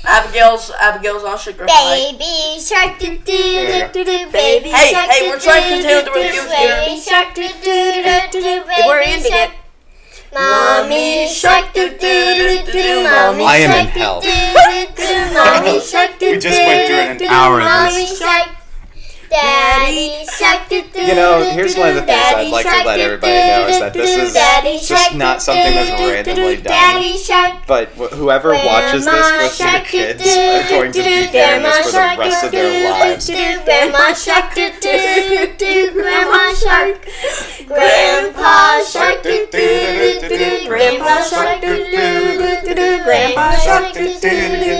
[SPEAKER 2] Abigail's Abigail's all sugar high.
[SPEAKER 3] Baby shark do do do do do baby
[SPEAKER 2] Hey,
[SPEAKER 3] shark
[SPEAKER 2] hey, we're trying to
[SPEAKER 3] do
[SPEAKER 2] do the
[SPEAKER 3] do
[SPEAKER 2] reviews here.
[SPEAKER 3] baby shark do do do do do baby
[SPEAKER 4] We're ending
[SPEAKER 3] shark.
[SPEAKER 4] it.
[SPEAKER 3] Mommy shark do do do do do mommy
[SPEAKER 1] I am in
[SPEAKER 3] shark
[SPEAKER 1] hell.
[SPEAKER 3] do do do do mommy shark do
[SPEAKER 1] We just went through an
[SPEAKER 3] do do
[SPEAKER 1] hour of
[SPEAKER 3] mommy
[SPEAKER 1] this.
[SPEAKER 3] shark. Daddy shark do do
[SPEAKER 1] You know, here's one of the things I'd like to let
[SPEAKER 3] Daddy shark
[SPEAKER 1] everybody
[SPEAKER 3] do do
[SPEAKER 1] know is that
[SPEAKER 3] do
[SPEAKER 1] this
[SPEAKER 3] do
[SPEAKER 1] is
[SPEAKER 3] Daddy
[SPEAKER 1] just
[SPEAKER 3] shark
[SPEAKER 1] not
[SPEAKER 3] do
[SPEAKER 1] something that's
[SPEAKER 3] do do
[SPEAKER 1] randomly
[SPEAKER 3] do
[SPEAKER 1] done.
[SPEAKER 3] Daddy shark
[SPEAKER 1] But wh- whoever watches this
[SPEAKER 3] Grandma
[SPEAKER 1] with their
[SPEAKER 3] shark
[SPEAKER 1] kids
[SPEAKER 3] do
[SPEAKER 1] are going to
[SPEAKER 3] do
[SPEAKER 1] be
[SPEAKER 3] do,
[SPEAKER 1] hearing
[SPEAKER 3] Grandma
[SPEAKER 1] this for the
[SPEAKER 3] shark
[SPEAKER 1] rest of
[SPEAKER 3] do
[SPEAKER 1] their
[SPEAKER 3] do
[SPEAKER 1] lives.
[SPEAKER 3] do, Grandma shark do do do, Grandma shark. Grandpa shark do do do do, Grandpa shark do do do do, Grandpa shark do do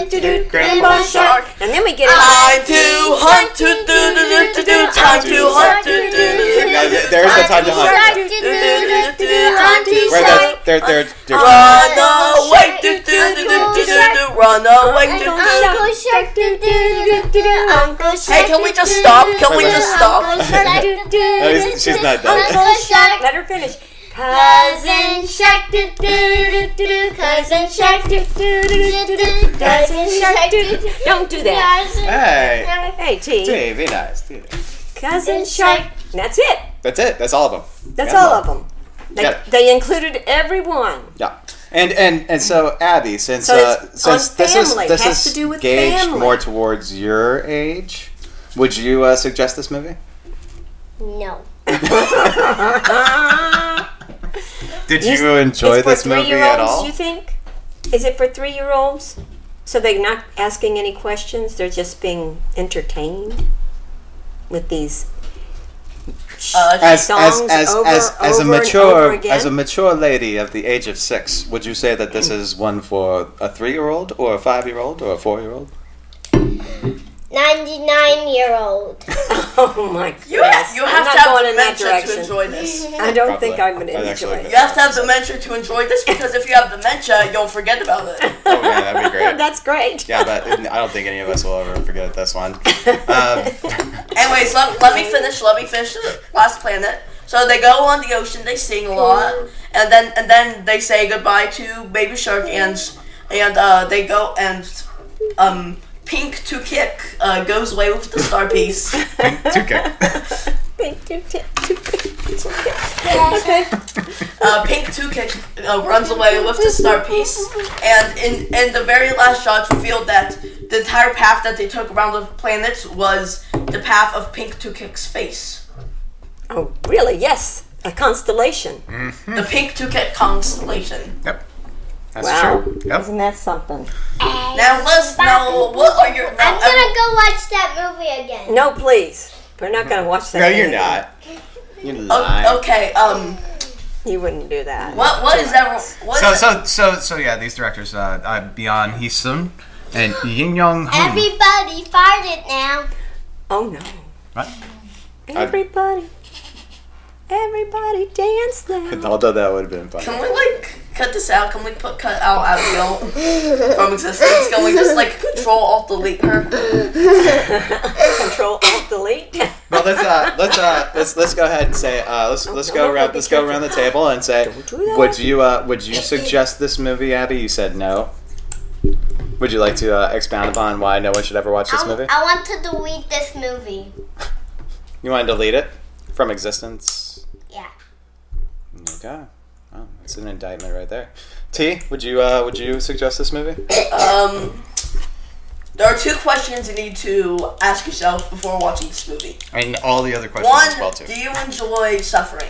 [SPEAKER 3] do do, Grandpa shark.
[SPEAKER 4] And then we get.
[SPEAKER 2] Time to hunt to do do do do do. Time to hunt to do do do
[SPEAKER 1] Now,
[SPEAKER 2] do.
[SPEAKER 1] th- There's the time to
[SPEAKER 3] Shark
[SPEAKER 1] hunt.
[SPEAKER 3] do do do do, Auntie
[SPEAKER 1] Where
[SPEAKER 3] shark.
[SPEAKER 1] the, they're, they're, they're,
[SPEAKER 2] Run away do do do do do do do. Run away do do.
[SPEAKER 3] Uncle Shark do do do do do, Uncle Shark.
[SPEAKER 2] Hey, can we just
[SPEAKER 3] do, do,
[SPEAKER 2] stop?
[SPEAKER 3] do,
[SPEAKER 2] Can we
[SPEAKER 3] do,
[SPEAKER 2] just stop?
[SPEAKER 3] Uncle Shark do do
[SPEAKER 1] No, she's- she's not done.
[SPEAKER 3] Uncle Shark
[SPEAKER 4] Let her finish.
[SPEAKER 3] Cousin Shark doo doo doo doo. Cousin Shark doo doo doo doo doo. Cousin Shark doo doo.
[SPEAKER 4] Don't do that.
[SPEAKER 3] Cousin
[SPEAKER 1] Hey.
[SPEAKER 4] Hey, T.
[SPEAKER 1] Hey, be nice. be nice.
[SPEAKER 4] Cousin Shark. That's it.
[SPEAKER 1] That's it. That's all of them.
[SPEAKER 4] That's all of them. They,
[SPEAKER 1] Yeah.
[SPEAKER 4] they included everyone.
[SPEAKER 1] Yeah. And and and so Abby, since
[SPEAKER 4] So
[SPEAKER 1] uh,
[SPEAKER 4] it's on
[SPEAKER 1] since this is
[SPEAKER 4] family.
[SPEAKER 1] this
[SPEAKER 4] Has
[SPEAKER 1] is
[SPEAKER 4] to do with
[SPEAKER 1] gauged
[SPEAKER 4] family.
[SPEAKER 1] more towards your age, would you uh, suggest this movie?
[SPEAKER 3] No.
[SPEAKER 1] Did you enjoy
[SPEAKER 4] it's for
[SPEAKER 1] this movie
[SPEAKER 4] three-year-olds,
[SPEAKER 1] at all?
[SPEAKER 4] You think? Is it for three-year-olds? So they're not asking any questions. They're just being entertained with these sh-
[SPEAKER 2] Uh,
[SPEAKER 1] as as
[SPEAKER 4] songs
[SPEAKER 1] as
[SPEAKER 4] over,
[SPEAKER 1] as, as a
[SPEAKER 4] over and over
[SPEAKER 1] mature
[SPEAKER 4] again.
[SPEAKER 1] as a mature lady of the age of six, would you say that this is one for a three year old or a five year old or a four year old?
[SPEAKER 3] 99 year old.
[SPEAKER 4] oh my god!
[SPEAKER 2] You have, you have
[SPEAKER 4] I'm
[SPEAKER 2] to
[SPEAKER 4] not
[SPEAKER 2] have
[SPEAKER 4] going in
[SPEAKER 2] dementia
[SPEAKER 4] that
[SPEAKER 2] to
[SPEAKER 4] direction.
[SPEAKER 2] enjoy this.
[SPEAKER 4] I don't think I'm going
[SPEAKER 1] I'd
[SPEAKER 4] to
[SPEAKER 1] actually
[SPEAKER 4] enjoy it.
[SPEAKER 2] You have to have dementia to enjoy this because if you have dementia, you'll forget about it.
[SPEAKER 1] Oh yeah, that'd be great.
[SPEAKER 4] That's great.
[SPEAKER 1] yeah, but I don't think any of us will ever forget this one. Um,
[SPEAKER 2] Anyways, let, let me finish. Let me finish the last planet. So they go on the ocean. They sing a lot, and then and then they say goodbye to baby shark, and and uh, they go and um pink to kick uh, goes away with the star piece.
[SPEAKER 1] okay.
[SPEAKER 4] okay.
[SPEAKER 2] Uh, pink to kick uh, runs away with the star piece, and in in the very last shots revealed that the entire path that they took around the planet was the path of pink to kick's face.
[SPEAKER 4] Oh, really? Yes. A constellation.
[SPEAKER 2] The pink to kick constellation.
[SPEAKER 1] Yep. That's
[SPEAKER 4] Wow.
[SPEAKER 1] true. Yep.
[SPEAKER 4] Isn't that something?
[SPEAKER 2] Now let's know what are your.
[SPEAKER 3] I'm
[SPEAKER 2] Now,
[SPEAKER 3] gonna go watch that movie again.
[SPEAKER 4] No, please. We're not going to watch that.
[SPEAKER 1] No, you're
[SPEAKER 4] movie.
[SPEAKER 1] not. You're
[SPEAKER 2] Oh,
[SPEAKER 1] lying.
[SPEAKER 2] o- okay. Um.
[SPEAKER 4] You wouldn't do that.
[SPEAKER 2] What? What is that? What?
[SPEAKER 1] So
[SPEAKER 2] Is that?
[SPEAKER 1] so so so yeah, these directors uh, uh Beyond Heesun and Yin Young
[SPEAKER 2] Hmm.
[SPEAKER 1] Hoon.
[SPEAKER 3] Everybody farted now.
[SPEAKER 4] Oh no.
[SPEAKER 1] What?
[SPEAKER 4] Everybody, everybody dance now.
[SPEAKER 1] Although that would have been fun.
[SPEAKER 2] Can we like cut this out? Can we put cut out audio from existence? Can we just like control alt delete her?
[SPEAKER 4] Control Alt Delete.
[SPEAKER 1] Well, let's uh, let's uh, let's let's go ahead and say uh, let's let's
[SPEAKER 4] don't
[SPEAKER 1] go
[SPEAKER 4] let
[SPEAKER 1] around
[SPEAKER 4] that
[SPEAKER 1] let's go around the table and say
[SPEAKER 4] do that.
[SPEAKER 1] would you uh, would you suggest this movie, Abby? You said no. Would you like to uh, expound upon why no one should ever watch this
[SPEAKER 3] I,
[SPEAKER 1] movie?
[SPEAKER 3] I want to delete this movie.
[SPEAKER 1] You want to delete it from existence?
[SPEAKER 3] Yeah.
[SPEAKER 1] Okay. Oh, that's an indictment right there. T, would you uh, would you suggest this movie?
[SPEAKER 2] Um. There are two questions you need to ask yourself before watching this movie.
[SPEAKER 1] And all the other questions
[SPEAKER 2] One, do you enjoy suffering?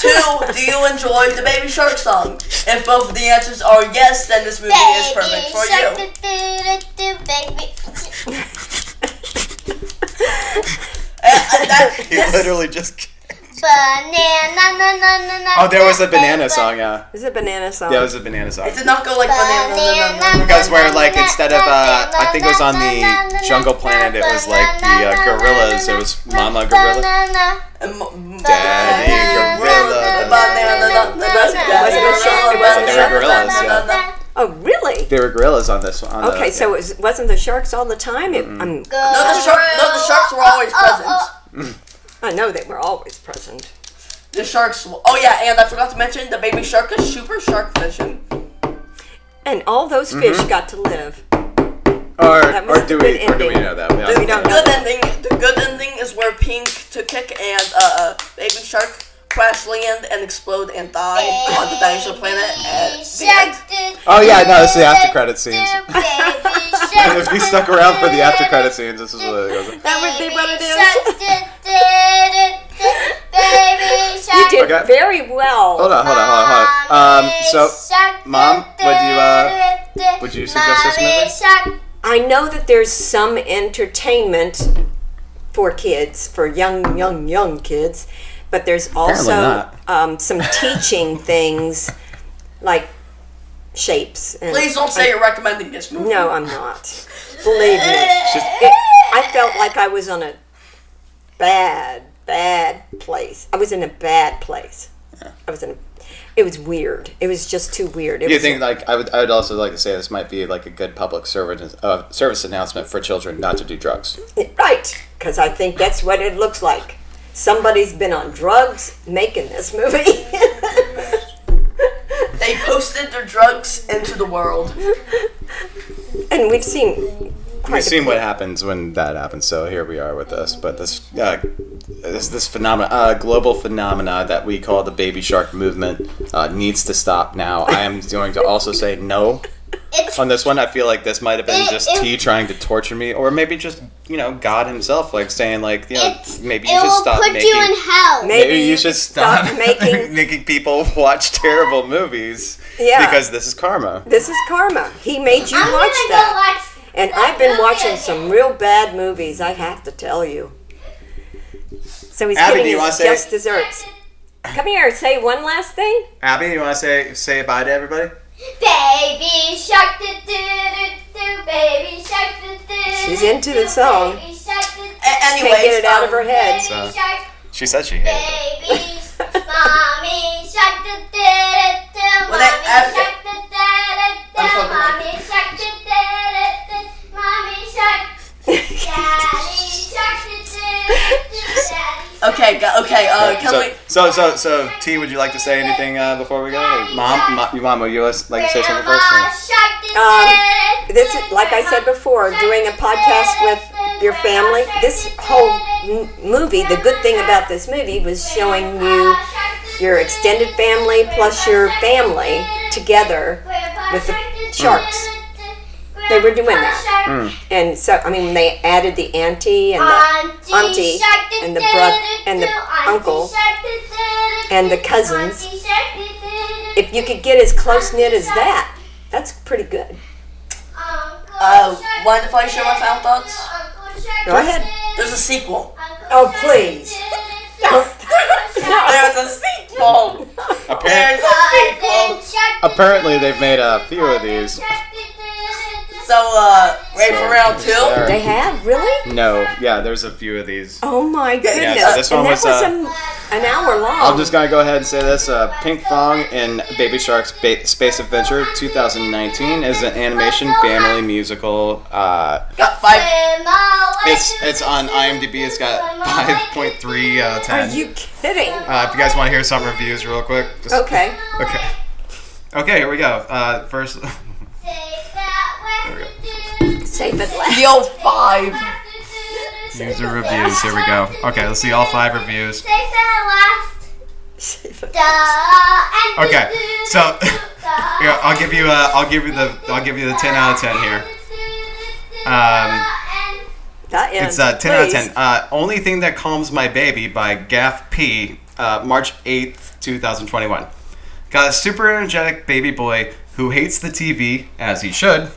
[SPEAKER 2] Two, do you enjoy the Baby Shark song? If both of the answers are yes, then this movie is perfect for you.
[SPEAKER 3] Baby, baby.
[SPEAKER 2] And- and that-
[SPEAKER 1] He literally just.
[SPEAKER 3] Banana, na, na, na, na,
[SPEAKER 1] Oh, there was a
[SPEAKER 3] na,
[SPEAKER 1] banana
[SPEAKER 3] na,
[SPEAKER 1] song. Uh,
[SPEAKER 4] Is it banana song?
[SPEAKER 1] yeah, it was a banana song.
[SPEAKER 2] It did not go like banana.
[SPEAKER 3] banana,
[SPEAKER 2] banana.
[SPEAKER 1] Because where like instead of uh, I think it was on the Jungle Planet, it was like the uh, gorillas. It was Mama Gorilla,
[SPEAKER 3] Banana.
[SPEAKER 2] Um,
[SPEAKER 1] Daddy Gorilla.
[SPEAKER 2] Banana.
[SPEAKER 1] But they were gorillas. Yeah,
[SPEAKER 4] Oh, really?
[SPEAKER 1] they were gorillas on this one. on the-
[SPEAKER 4] Okay, so it was, wasn't the sharks all the time? It, I'm,
[SPEAKER 2] No, the shark. No, the sharks were always present.
[SPEAKER 4] I know they were always present.
[SPEAKER 2] The sharks. w- Oh yeah, and I forgot to mention the baby shark is super shark fishing.
[SPEAKER 4] And all those fish
[SPEAKER 1] Mm-hmm.
[SPEAKER 4] got to live. That
[SPEAKER 1] Or
[SPEAKER 4] was
[SPEAKER 1] or do
[SPEAKER 4] the good
[SPEAKER 1] we or do we
[SPEAKER 4] ending.
[SPEAKER 1] know that? We
[SPEAKER 4] We don't know.
[SPEAKER 2] Good ending. The good ending is where Pink to kick and uh baby shark crash land and explode and die on the dinosaur planet. At the end.
[SPEAKER 1] Oh yeah, no, it's the after credit scenes. And
[SPEAKER 3] If
[SPEAKER 1] if you stuck around for the after credit scenes, this is what it goes.
[SPEAKER 4] That would be what it is.
[SPEAKER 3] Baby
[SPEAKER 4] You
[SPEAKER 3] shark.
[SPEAKER 4] did
[SPEAKER 1] Okay.
[SPEAKER 4] very well.
[SPEAKER 1] Hold on, hold on, hold on, hold on. Um, so Mom, would you, uh, would you suggest this movie?
[SPEAKER 3] movie?
[SPEAKER 4] I know that there's some entertainment for kids, for young, young, young kids, but there's also
[SPEAKER 1] not.
[SPEAKER 4] um, some teaching things like shapes. And
[SPEAKER 2] Please don't say you're recommending this movie.
[SPEAKER 4] No, I'm not. Believe me.
[SPEAKER 1] Just-
[SPEAKER 4] It, I felt like I was on a bad, bad place. I was in a bad place. I was in a. It was weird. It was just too weird. It
[SPEAKER 1] Do you
[SPEAKER 4] was
[SPEAKER 1] think like I would? I would also like to say this might be like a good public service uh, service announcement for children not to do drugs.
[SPEAKER 4] Right, because I think that's what it looks like. Somebody's been on drugs making this movie.
[SPEAKER 5] injected their drugs into the world.
[SPEAKER 4] And we've seen quite
[SPEAKER 1] We've
[SPEAKER 4] a
[SPEAKER 1] seen
[SPEAKER 4] bit.
[SPEAKER 1] what happens when that happens, so here we are with us. But this, uh, this, this phenomena, uh, global phenomena that we call the baby shark movement, uh, needs to stop now. I am going to also say Oh, no
[SPEAKER 3] It's
[SPEAKER 1] on this one. I feel like this might have been just
[SPEAKER 3] It- it-
[SPEAKER 1] T trying to torture me, or maybe just you know God Himself, like saying like you know
[SPEAKER 3] it's
[SPEAKER 1] maybe you
[SPEAKER 3] it
[SPEAKER 1] should
[SPEAKER 3] will
[SPEAKER 1] stop
[SPEAKER 3] put
[SPEAKER 1] making.
[SPEAKER 3] you in hell.
[SPEAKER 4] Maybe
[SPEAKER 1] Maybe you should stop,
[SPEAKER 4] making-
[SPEAKER 1] making people watch terrible movies
[SPEAKER 4] Yeah.
[SPEAKER 1] because this is karma.
[SPEAKER 4] This is karma. He made you
[SPEAKER 3] I'm gonna
[SPEAKER 4] watch
[SPEAKER 3] go
[SPEAKER 4] that.
[SPEAKER 3] watch.
[SPEAKER 4] And
[SPEAKER 3] that
[SPEAKER 4] I've been
[SPEAKER 3] movie
[SPEAKER 4] watching
[SPEAKER 3] again.
[SPEAKER 4] some real bad movies, I have to tell you. So he's
[SPEAKER 1] Abby, do
[SPEAKER 4] getting
[SPEAKER 1] you wanna
[SPEAKER 4] his
[SPEAKER 1] say-
[SPEAKER 4] just desserts. Come here, say one last thing.
[SPEAKER 1] Abby, you want to say say bye to everybody?
[SPEAKER 3] Baby shark, do do do do. Baby shark, do do.
[SPEAKER 4] She's
[SPEAKER 3] do,
[SPEAKER 4] into the
[SPEAKER 3] do,
[SPEAKER 4] song.
[SPEAKER 3] Baby shark, do, do,
[SPEAKER 5] A-
[SPEAKER 4] Can't get
[SPEAKER 5] anyways,
[SPEAKER 4] it out of
[SPEAKER 5] um,
[SPEAKER 4] her head.
[SPEAKER 1] So-
[SPEAKER 3] Baby shark,
[SPEAKER 1] She said she hated it.
[SPEAKER 3] baby, mommy shark, do do do do.
[SPEAKER 5] Well, that-
[SPEAKER 3] Mommy
[SPEAKER 1] uh,
[SPEAKER 5] I've-
[SPEAKER 3] shark, do do do do.
[SPEAKER 5] I'm fucking like-
[SPEAKER 3] Mommy shark, do do do do. Mommy shark, daddy shark, do do do do. Daddy
[SPEAKER 5] Okay, go, okay, uh, can
[SPEAKER 1] so,
[SPEAKER 5] we?
[SPEAKER 1] so, so, so, T, would you like to say anything uh, before we go? Or Mom, mom, mom, would you like to say something first?
[SPEAKER 3] Grandma shark, do
[SPEAKER 4] Um,
[SPEAKER 3] do
[SPEAKER 4] This
[SPEAKER 3] do
[SPEAKER 4] is, like I said before, doing a podcast with your family. This whole m- movie, the good thing about this movie was showing you your extended family plus your family together. with the sharks. They were doing that.
[SPEAKER 3] Mm.
[SPEAKER 4] And so, I mean, they added the auntie and the
[SPEAKER 3] Auntie,
[SPEAKER 4] auntie
[SPEAKER 3] shark, do,
[SPEAKER 4] and the
[SPEAKER 3] do,
[SPEAKER 4] bro-
[SPEAKER 3] do,
[SPEAKER 4] and the
[SPEAKER 3] do. Auntie
[SPEAKER 4] uncle
[SPEAKER 3] shark, do, do, do,
[SPEAKER 4] and the
[SPEAKER 3] do.
[SPEAKER 4] cousins.
[SPEAKER 3] Auntie shark, do, do, do,
[SPEAKER 4] if you could get as close knit as that, that's pretty good.
[SPEAKER 3] Uncle
[SPEAKER 5] Uh,
[SPEAKER 3] shark,
[SPEAKER 5] mind if I
[SPEAKER 3] do,
[SPEAKER 5] share my final
[SPEAKER 3] do,
[SPEAKER 5] thoughts?
[SPEAKER 3] Uncle shark,
[SPEAKER 4] Go ahead.
[SPEAKER 5] There's a sequel.
[SPEAKER 3] Uncle
[SPEAKER 4] Oh,
[SPEAKER 3] shark,
[SPEAKER 4] please.
[SPEAKER 3] do, do, do.
[SPEAKER 4] No.
[SPEAKER 5] There's a sequel. There's
[SPEAKER 1] Apparently,
[SPEAKER 5] a sequel.
[SPEAKER 3] Cousin shark, do,
[SPEAKER 1] apparently, they've made a
[SPEAKER 3] do,
[SPEAKER 1] few of
[SPEAKER 3] cousin
[SPEAKER 1] these.
[SPEAKER 3] shark, do, do, do, do.
[SPEAKER 5] So, uh, ready for round two?
[SPEAKER 1] There-
[SPEAKER 4] They have really?
[SPEAKER 1] No, yeah, there's a few of these.
[SPEAKER 4] Oh my goodness!
[SPEAKER 1] so this
[SPEAKER 4] and
[SPEAKER 1] one
[SPEAKER 4] that
[SPEAKER 1] was,
[SPEAKER 4] was,
[SPEAKER 1] uh,
[SPEAKER 4] an- an hour long.
[SPEAKER 1] I'm just gonna go ahead and say this: uh, Pink Fong and Baby Shark's ba- Space Adventure 2019 is an animation family musical. Uh,
[SPEAKER 5] Got five.
[SPEAKER 3] Grandma, why
[SPEAKER 1] it's
[SPEAKER 3] do
[SPEAKER 1] it's on IMDb. It's got 5.3 out of 10.
[SPEAKER 4] Are you kidding?
[SPEAKER 1] Uh, if you guys want to hear some reviews, real quick. Just,
[SPEAKER 4] Okay.
[SPEAKER 1] Okay. Okay. Here we go. Uh, first.
[SPEAKER 3] you say that when you do?
[SPEAKER 4] Save it last.
[SPEAKER 5] The old five.
[SPEAKER 1] User reviews. Here we go. Okay, let's see all five reviews.
[SPEAKER 3] Say that last.
[SPEAKER 4] Save it.
[SPEAKER 3] Duh, and
[SPEAKER 1] Okay,
[SPEAKER 3] do-
[SPEAKER 1] so
[SPEAKER 3] duh.
[SPEAKER 1] here, I'll give you uh, I'll give you the I'll give you the ten out of ten here. Um,
[SPEAKER 3] And
[SPEAKER 4] That
[SPEAKER 1] it's
[SPEAKER 4] ends.
[SPEAKER 1] uh, ten out of
[SPEAKER 4] please.
[SPEAKER 1] ten. Uh, Only thing that calms my baby by Gaff P. Uh, March eighth, two thousand twenty-one. Got a super energetic baby boy who hates the TV as he should,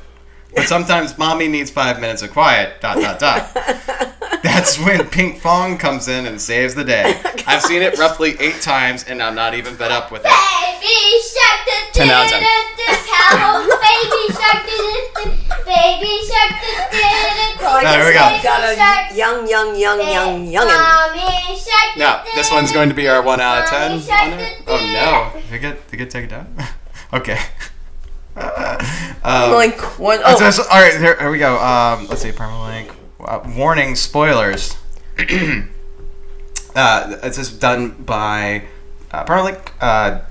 [SPEAKER 1] but sometimes mommy needs five minutes of quiet. Dot dot dot. That's when Pink Fong comes in and saves the day. I've seen it roughly eight times, and I'm not even fed up with it.
[SPEAKER 3] Baby shark, the
[SPEAKER 1] 10 out of 10.
[SPEAKER 3] cow. Baby shark, the baby shark, the
[SPEAKER 4] Oh, I
[SPEAKER 1] No, here we
[SPEAKER 4] guess
[SPEAKER 1] go.
[SPEAKER 4] I've got a young, young, young, young, youngin.
[SPEAKER 3] Mommy shark.
[SPEAKER 1] No, this one's going to be our one out of ten.
[SPEAKER 3] Mommy shark
[SPEAKER 1] on it.
[SPEAKER 3] did
[SPEAKER 1] Oh no! Did it get did it get taken down? okay.
[SPEAKER 5] Like one.
[SPEAKER 1] So,
[SPEAKER 5] Oh,
[SPEAKER 1] so- all right, here, here we go. Um, let's see, permalink. Uh, warning: spoilers. uh, this is done by uh, permalink. Uh,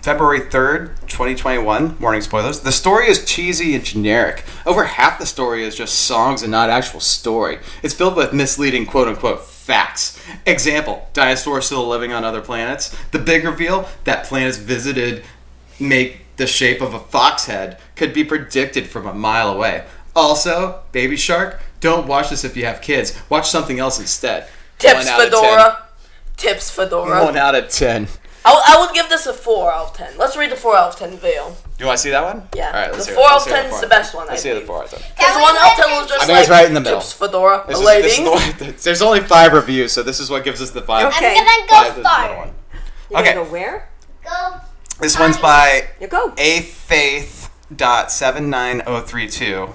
[SPEAKER 1] February 3rd, 2021. Warning spoilers. The story is cheesy and generic. Over half the story is just songs and not actual story. It's filled with misleading quote unquote facts. Example dinosaurs still living on other planets. The big reveal that planets visited make the shape of a fox head could be predicted from a mile away. Also, Baby Shark, don't watch this if you have kids. Watch something else instead. One
[SPEAKER 5] tips
[SPEAKER 1] out of
[SPEAKER 5] fedora. Tips fedora.
[SPEAKER 1] 10. One out of 10.
[SPEAKER 5] I, I would give this a 4 out of 10. Let's read the 4 out of 10 video.
[SPEAKER 1] You want to see that one?
[SPEAKER 5] Yeah.
[SPEAKER 1] All right, let's
[SPEAKER 5] the
[SPEAKER 1] hear
[SPEAKER 5] 4
[SPEAKER 1] it.
[SPEAKER 5] out
[SPEAKER 1] Let's
[SPEAKER 5] of
[SPEAKER 1] hear
[SPEAKER 5] 10 is
[SPEAKER 1] for
[SPEAKER 5] the
[SPEAKER 1] it.
[SPEAKER 5] best one, I
[SPEAKER 1] Let's see the
[SPEAKER 5] think.
[SPEAKER 1] 4 out of 10.
[SPEAKER 5] Because the 1 out of 10 was just
[SPEAKER 1] I think
[SPEAKER 5] like
[SPEAKER 1] it's right in the middle.
[SPEAKER 5] tips fedora,
[SPEAKER 1] This
[SPEAKER 5] a
[SPEAKER 1] is-
[SPEAKER 5] lady.
[SPEAKER 1] this is the one- there's only five reviews, so this is what gives us the five.
[SPEAKER 4] oh, Okay.
[SPEAKER 3] I'm gonna
[SPEAKER 1] five
[SPEAKER 3] go
[SPEAKER 1] is the middle
[SPEAKER 3] far.
[SPEAKER 1] one.
[SPEAKER 4] You're
[SPEAKER 1] Okay.
[SPEAKER 4] gonna go where?
[SPEAKER 3] Go
[SPEAKER 1] This one's by
[SPEAKER 4] You go.
[SPEAKER 1] a faith dot seven nine zero three two.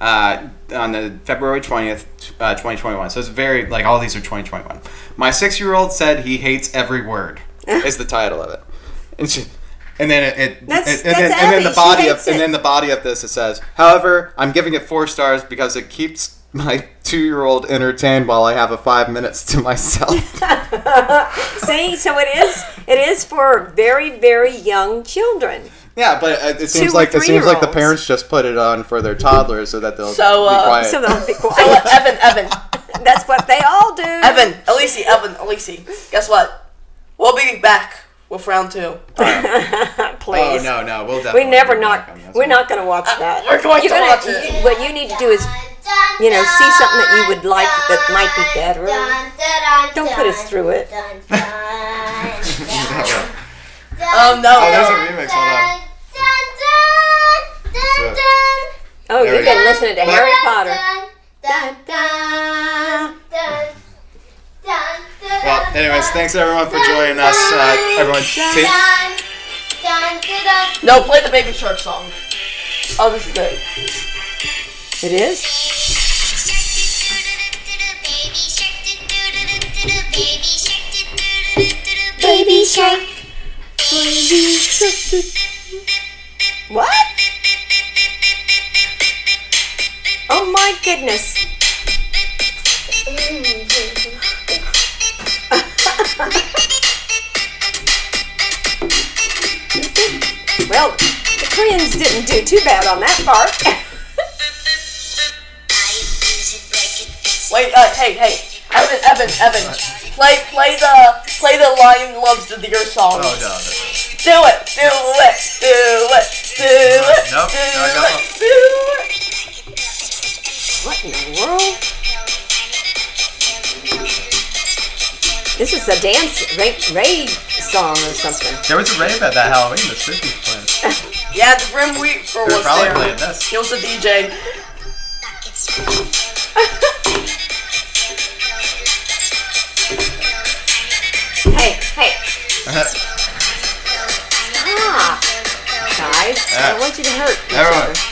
[SPEAKER 1] Uh, on the February 20th, uh, 2021. So it's very, like, all these are 2021. My six year old said he hates every word, is the title of it. And, she, and then it, it,
[SPEAKER 4] That's-
[SPEAKER 1] and, and
[SPEAKER 4] that's
[SPEAKER 1] then, and then the
[SPEAKER 4] Abby. She
[SPEAKER 1] body
[SPEAKER 4] hates
[SPEAKER 1] of,
[SPEAKER 4] it.
[SPEAKER 1] and then the body of this, it says, however, I'm giving it four stars because it keeps my two year old entertained while I have a five minutes to myself.
[SPEAKER 4] See, so it is. It is for very, very young children.
[SPEAKER 6] Yeah, but uh, it seems
[SPEAKER 4] Two
[SPEAKER 6] like it seems like the
[SPEAKER 4] three-year-olds.
[SPEAKER 6] parents just put it on for their toddlers so that they'll
[SPEAKER 2] So,
[SPEAKER 6] be
[SPEAKER 2] uh,
[SPEAKER 6] quiet.
[SPEAKER 4] So they'll be quiet.
[SPEAKER 2] So, uh, Evan, Evan,
[SPEAKER 4] That's what they all do.
[SPEAKER 2] Evan, Elise, Evan, Elise. Guess what? We'll be back with round two.
[SPEAKER 1] Oh
[SPEAKER 4] Please.
[SPEAKER 1] no, no, we'll definitely.
[SPEAKER 4] We never
[SPEAKER 1] be back
[SPEAKER 4] not.
[SPEAKER 1] on this
[SPEAKER 4] We're
[SPEAKER 1] one.
[SPEAKER 4] not going to watch that.
[SPEAKER 2] we're going
[SPEAKER 4] You're
[SPEAKER 2] to
[SPEAKER 4] gonna-
[SPEAKER 2] watch it.
[SPEAKER 4] you- what you need to do is you know, see something that you would like that might be better. don't put us through it.
[SPEAKER 2] Um, no.
[SPEAKER 1] Oh, there's a remix. Hold on. So-
[SPEAKER 4] Oh,
[SPEAKER 1] There
[SPEAKER 4] you've
[SPEAKER 1] we
[SPEAKER 4] been
[SPEAKER 1] go.
[SPEAKER 4] listening to Harry Potter.
[SPEAKER 1] Well, anyways, thanks everyone for joining us. Uh, everyone, take,
[SPEAKER 2] No, play the Baby Shark song. Oh, this is good.
[SPEAKER 4] It is.
[SPEAKER 3] Baby shark.
[SPEAKER 4] What? Oh my goodness. Well, the Koreans didn't do too bad on that part.
[SPEAKER 2] Wait, uh, hey, hey, Evan, Evan, Evan, play, play the, play the Lion Loves the Deer song.
[SPEAKER 1] oh no.
[SPEAKER 2] Do it, do it, do it, do it,
[SPEAKER 1] Uh, Nope,
[SPEAKER 2] do
[SPEAKER 1] no, no.
[SPEAKER 2] it, do it.
[SPEAKER 4] What in the world? This is a dance Ray, Ray song or something.
[SPEAKER 1] There was a rave at that Halloween. The Spookies playing.
[SPEAKER 2] Yeah, the Grim Reaper
[SPEAKER 1] They were
[SPEAKER 2] was
[SPEAKER 1] probably
[SPEAKER 2] there.
[SPEAKER 1] playing this.
[SPEAKER 2] He was the DJ.
[SPEAKER 4] Hey, hey, ah, guys! I
[SPEAKER 1] Yeah.
[SPEAKER 4] don't want you to hurt each
[SPEAKER 1] everyone,
[SPEAKER 4] other.